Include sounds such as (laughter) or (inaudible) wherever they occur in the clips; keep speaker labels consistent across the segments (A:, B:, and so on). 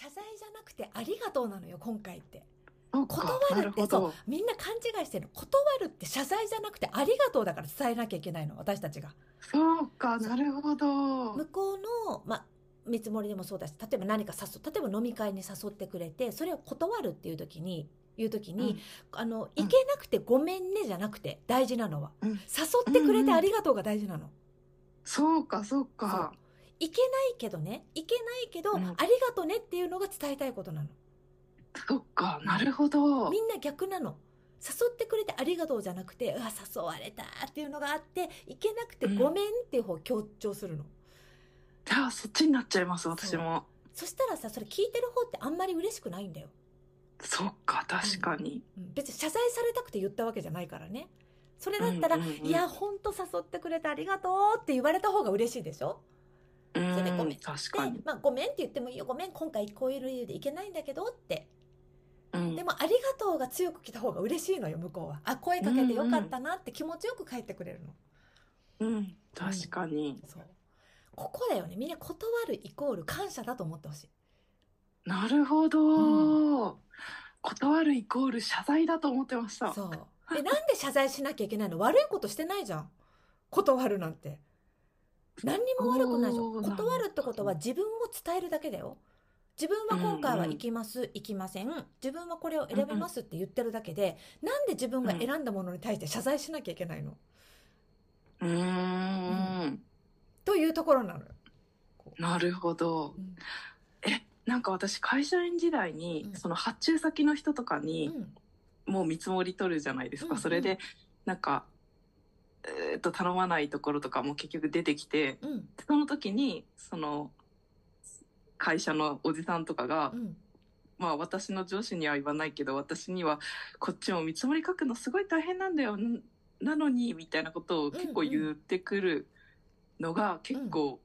A: ゃなくてありがとうなのよ、今回って。
B: そうか
A: 断
B: な
A: る
B: る
A: って
B: ほ
A: そ
B: ど
A: う。みんな勘違いしてるの。断るって謝罪じゃなくてありがとうだから伝えなきゃいけないの、私たちが。
B: そうか、なるほど。
A: 向こうの、まあ、見積もりでもそうだし、例えば何か誘う、例えば飲み会に誘ってくれて、それを断るっていう時に、いう時に、あの、行けなくてごめんねじゃなくて、大事なのは。
B: うん
A: 誘ってくれてありがとうが大事なの。
B: そうか、そうか。
A: 行けないけどね、行けないけど、
B: うん
A: ありがとねっていうのが伝えたいことなの。
B: そうか、なるほど。
A: みんな逆なの。誘ってくれてありがとうじゃなくて、うわ、誘われたっていうのがあって、行けなくてごめんっていう方を強調するの。
B: じゃあ、そっちになっちゃいます、私も。
A: そしたらさ、それ聞いてる方ってあんまり嬉しくないんだよ。
B: そうか、確かに。
A: うん別に謝罪されたくて言ったわけじゃないからね。それだったら、
B: うんうんうん
A: いや、ほんと誘ってくれてありがとうって言われた方が嬉しいでしょ
B: う
A: それごめん
B: ん、確
A: で
B: かに。、
A: まあ、ごめんって言ってもいいよ。ごめん、今回こういう理由で行けないんだけどって。
B: うん
A: でも、ありがとうが強く来た方が嬉しいのよ、向こうは。あ、声かけてよかったなって気持ちよく帰ってくれるの。
B: うん、確かに。
A: そう。ここだよね。みんな断るイコール感謝だと思ってほしい。
B: なるほど。断るイコール謝罪だと思ってました。
A: そう。え、なんで謝罪しなきゃいけないの悪いことしてないじゃん。断るなんて。何にも悪くないじゃ
B: そ
A: ん。
B: うなんだ
A: 断るってことは自分を伝えるだけだよ。自分は今回は行きます、行きません。自分はこれを選びますって言ってるだけで、なんで自分が選んだものに対して謝罪しなきゃいけないの
B: うーん、
A: というところなのよ。
B: なるほど。
A: うん
B: え、なんか私、会社員時代
A: うん
B: に、その発注先の人とか
A: う
B: に、
A: ん。
B: もう見積もり取るじゃないです
A: うんう
B: か。
A: ん
B: それで、なんか、えーっと、頼まないところとかも結局出てきて、
A: うん。
B: その時に、その、会社のおじさんとかが、
A: うん。
B: まあ私の上司には言わないけど、私には、こっちも見積もり書くのすごい大変なんだよ、んなのに、みたいなことを結構言ってくるのが結構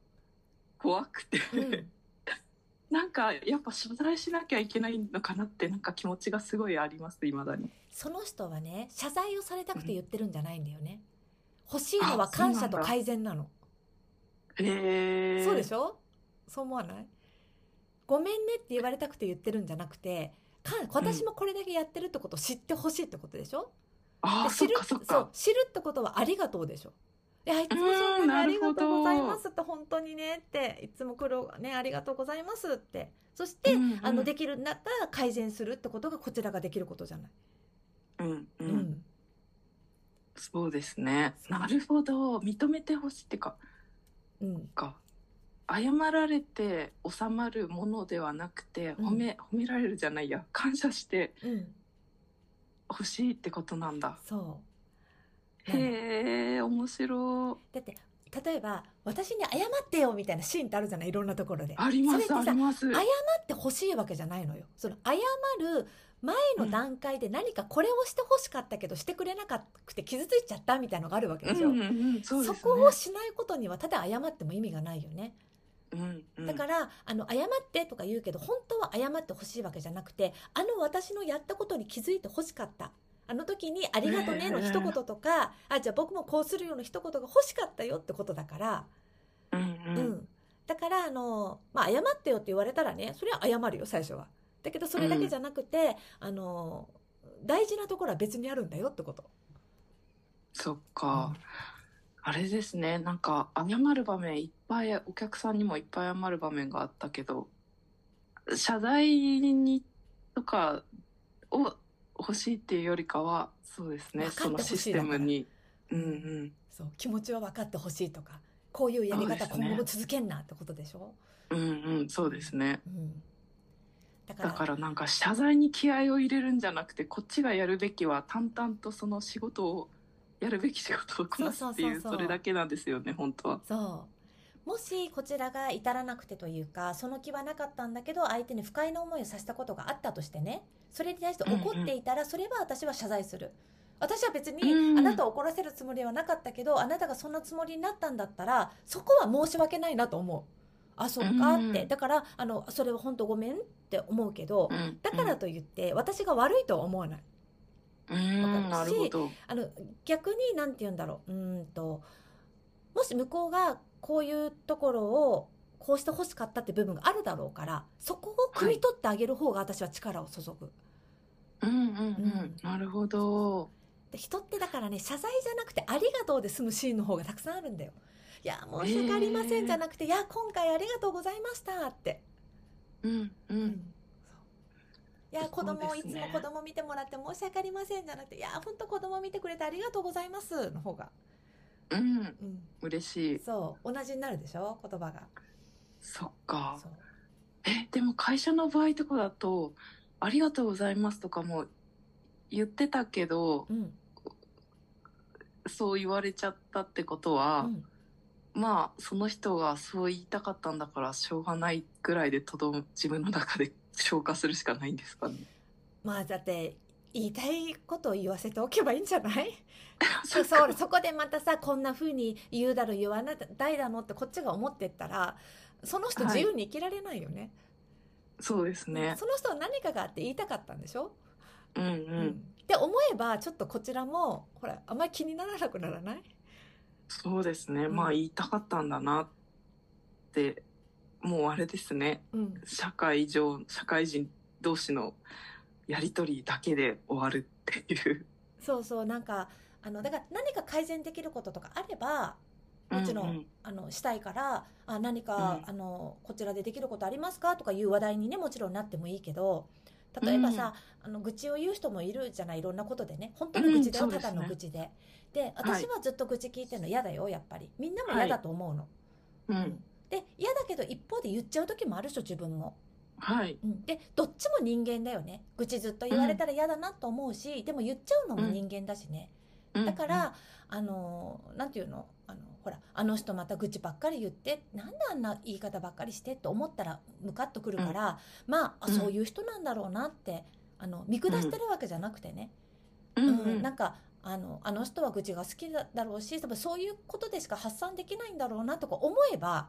B: 怖くて、
A: うん。
B: (laughs) なんかやっぱ謝罪しなきゃいけないのかなって、なんか気持ちがすごいあります、未だに。
A: その人はね、謝罪をされたくて言ってるんじゃないんだよね。欲しいのは感謝と改善なの。
B: へえ。
A: そうでし
B: ょ
A: ょそう思わないごめんねって言われたくて言ってるんじゃなくて、か私もこれだけやってるってことを知ってほしいってことでしょ、
B: ああ、
A: で知
B: そっ
A: る
B: かそっ
A: そう
B: か。
A: 知るってことはありがとうでしょいやいつもそ
B: うんん
A: なにあ
B: なる
A: りが
B: ほ
A: と
B: ど
A: うございますって本当にねっていつも苦労ねありがとうございますってそして、
B: うんうん
A: あのできるんだったら改善するってことがこちらができることじゃない、
B: うんう。
A: うんん、
B: そうですね。なるほど。認めてほしいってか、
A: うん、
B: か。謝られて収まるものではなくて、
A: うん
B: 褒め、褒められるじゃないや。感謝して
A: うん、
B: ほしいってことなんだ。
A: そうなの
B: へえ、面白い。
A: だって例えば私に謝ってよみたいなシーンってあるじゃないいろんなところで
B: あり
A: そ
B: ます、
A: れ
B: あ
A: ってさ
B: ります。
A: 謝ってほしいわけじゃないのよその謝る前の段階で何かこれをしてほしかったけどしてくれなくて傷ついちゃったみたいのがあるわけで
B: うん
A: しょ、
B: うんうん、そうです
A: そ
B: ね。
A: こをしないことにはただ謝っても意味がないよね。
B: うんうん、
A: だから、あの、謝ってとか言うけど、本当は謝ってほしいわけじゃなくて、あの私のやったことに気づいてほしかった。あの時にありがとねの一言とか、あ、じゃあ僕もこうするよの一言が欲しかったよってことだから、
B: ら、うんう、
A: うんん。だから、あの、まあ、謝ってよって言われたらね、それは謝るよ、最初は。だけど、それだけじゃなくて、あの、大事なところは別にあるんだよってこと。
B: そっか。あれですね、なんか謝る場面いっぱい、お客さんにもいっぱい謝る場面があったけど、謝罪にとかを欲しいっていうよりかは、そうですね、
A: 分か
B: そ
A: って
B: の
A: ほしい
B: システムに。
A: だか
B: うん
A: ら
B: うん。
A: そう、気持ちは分かってほしいとか、こういうやり
B: そうで
A: 方
B: すね
A: 今後も続けんなってことでしょ
B: うんうん、そうですね。
A: うん。だから、
B: だからなんか謝罪に気合を入れるんじゃなくて、こっちがやるべきは淡々とその仕事を、やるべき仕事をこなすってい
A: そうそう
B: う、
A: そうそう
B: それだけなんですよね、本当は。
A: そう。もしこちらが至らなくてというか、その気はなかったんだけど、相手に不快な思いをさせたことがあったとしてね、それに対して怒っていたら、それは私は謝罪する。私は別に、
B: うん
A: あなたを怒らせるつもりはなかったけど、あなたがそんなつもりになったんだったら、そこは申し訳ないなと思う。あ、そっかって。
B: うん
A: だから、あの、それは本当ごめんって思うけど、
B: うん
A: だから、といって、私が悪いとは思わない。
B: うん、なるほど。
A: あの、逆に、なんて言うんだろう。うーんと、もし向こうがこういうところを、こうして欲しかったって部分があるだろうからそこを汲み取ってあげる方が私は力を注ぐ。
B: うんうん
A: うん
B: なるほど。
A: で人ってだからね謝罪じゃなくて「ありがとう」で済むシーンの方がたくさんあるんだよ。いや申し訳ありませんじゃなくて「いや今回ありがとうございました」って。
B: うんう。
A: うんんいや子
B: そう
A: 供、
B: で
A: い
B: す
A: つ
B: ね
A: も子供見てもらって申し訳ありませんじゃなくて「いや本当子供見てくれてありがとうございます」の方が、
B: うん。
A: うん、
B: 嬉しい。
A: そう同じになるでしょ言葉が。
B: そっか。
A: そう
B: え、でも会社の場合とかだと、ありがとうございますとかも言ってたけど、
A: うん
B: そう言われちゃったってこと
A: う
B: は、
A: ん
B: まあ、その人がそう言いたかったんだから、しょうがないぐらいでとどむ、自分の中で (laughs) 消化するしかないんですかね。
A: まあだって言いたいことを言わせておけばいいんじゃない (laughs)
B: そ
A: そう
B: っか
A: そうそこでまたさこんな風に言うだろう言わないだろうってこっちが思ってったらその人
B: はい
A: 自由に生きられないよね,、
B: そうですね。
A: その人は何かがあって言いたかったんでしょ、
B: うんう。
A: うんって思えばちょっとこちらもほらあんまり気にならなくならない
B: そうですね。
A: うん
B: まあ、言いたかったんだなって、もうあれですね。
A: うん
B: 社会上、社会人同士のやりとりだけで終わるっていう。
A: そうそうなんかあのだから何か改善できることとかあればもちろん
B: うう
A: あのしたいからあ何か、
B: うん
A: あのこちらでできることありますかとかいう話題にねもちろんなってもいいけど例えばさ、あの愚痴を言う人もいるじゃないいろんなことでね本当の愚痴だよ、
B: うんそう
A: た
B: です
A: だ
B: ね
A: の愚痴でで私はずっと愚痴聞いてるの嫌だよやっぱりみんなも
B: は
A: 嫌
B: い
A: だと思うの、
B: うん。
A: で嫌だけど一方で言っちゃう時もあるでしょ自分も、
B: はい。
A: うん、でどっちも人間だよね愚痴ずっと言われたら嫌だなと思うし、でも言っちゃうのも人間だしね、
B: うん
A: だから、あのなんていうのあのほらあの人また愚痴ばっかり言ってなんであんな言い方ばっかりしてって思ったらムカッとくるから、まあ、あ
B: うん
A: そういう人なんだろうなってあの見下してるわけじゃなくてね、
B: うんうん
A: うんなんかあのあの人は愚痴が好きだだろうし多分そういうことでしか発散できないんだろうなとか思えば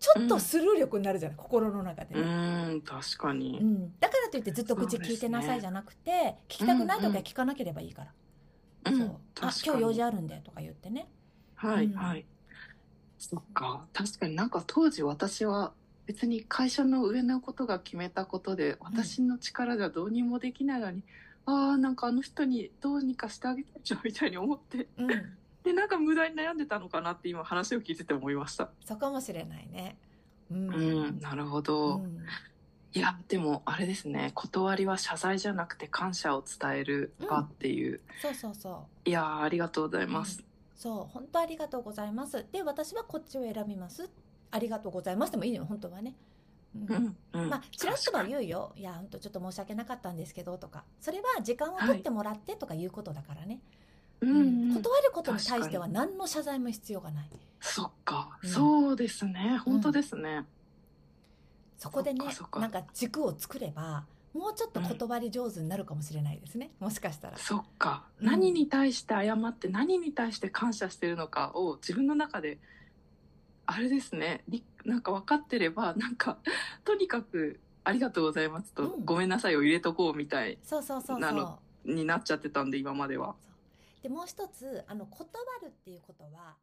A: ちょっとスルー力になるじゃない、心の中で
B: う
A: ね。
B: ーん、確か
A: う
B: に。
A: ん、だからといってずっと愚痴聞いてなさいじゃなくて、聞きたくない時は聞かなければいいから、
B: うん
A: そうあ
B: 確
A: 今
B: か
A: 日
B: に
A: 用事あるんでとか言ってね
B: はい、
A: うん
B: はい。そっか。確かになんか当時私は別に会社の上のことが決めたことで、私の力じゃどうにもできないのに、ああ、なんかあの人にどうにかしてあげたいじゃんみたいに思って、
A: うん
B: で、なんか無駄に悩んでたのかなって今話を聞いてて思いました。
A: そうかもしれないね。うん
B: うん、なるほど。
A: うん
B: いや、でもあれですね、断りは謝罪じゃなくて感謝を伝える場っていう。
A: そうそうそう。
B: いやー、ありがとうございます。
A: そう、本当ありがとうございます。で、私はこっちを選びます。ありがとうございますでもいいのよ、本当はね。う
B: うんん、うん。
A: まあ、ちらっとは言うよ。いや、本当ちょっと申し訳なかったんですけど、とか。それは時間を取ってもらってとかいうことだからね。
B: うん
A: う
B: うんん、
A: 断ることに対しては何の謝罪も必要がない。
B: そっか、
A: うん
B: そうですね、本当ですね。
A: そこでね
B: そっかそっ、か
A: なんか軸を作れば、もうちょっと断り上手になるかもしれないですね。もしかしたら。
B: そっか、
A: うん
B: 何に対して謝って、何に対して感謝してるのかを自分の中で。あれですね、りなんか分かってれば、なんか、とにかく。ありがとうございますと、
A: うん
B: ごめんなさいを入れとこうみたい
A: そうそうそう
B: な
A: そう
B: の。になっちゃってたんで、今までは。
A: そうでもう一つあの断るっていうことは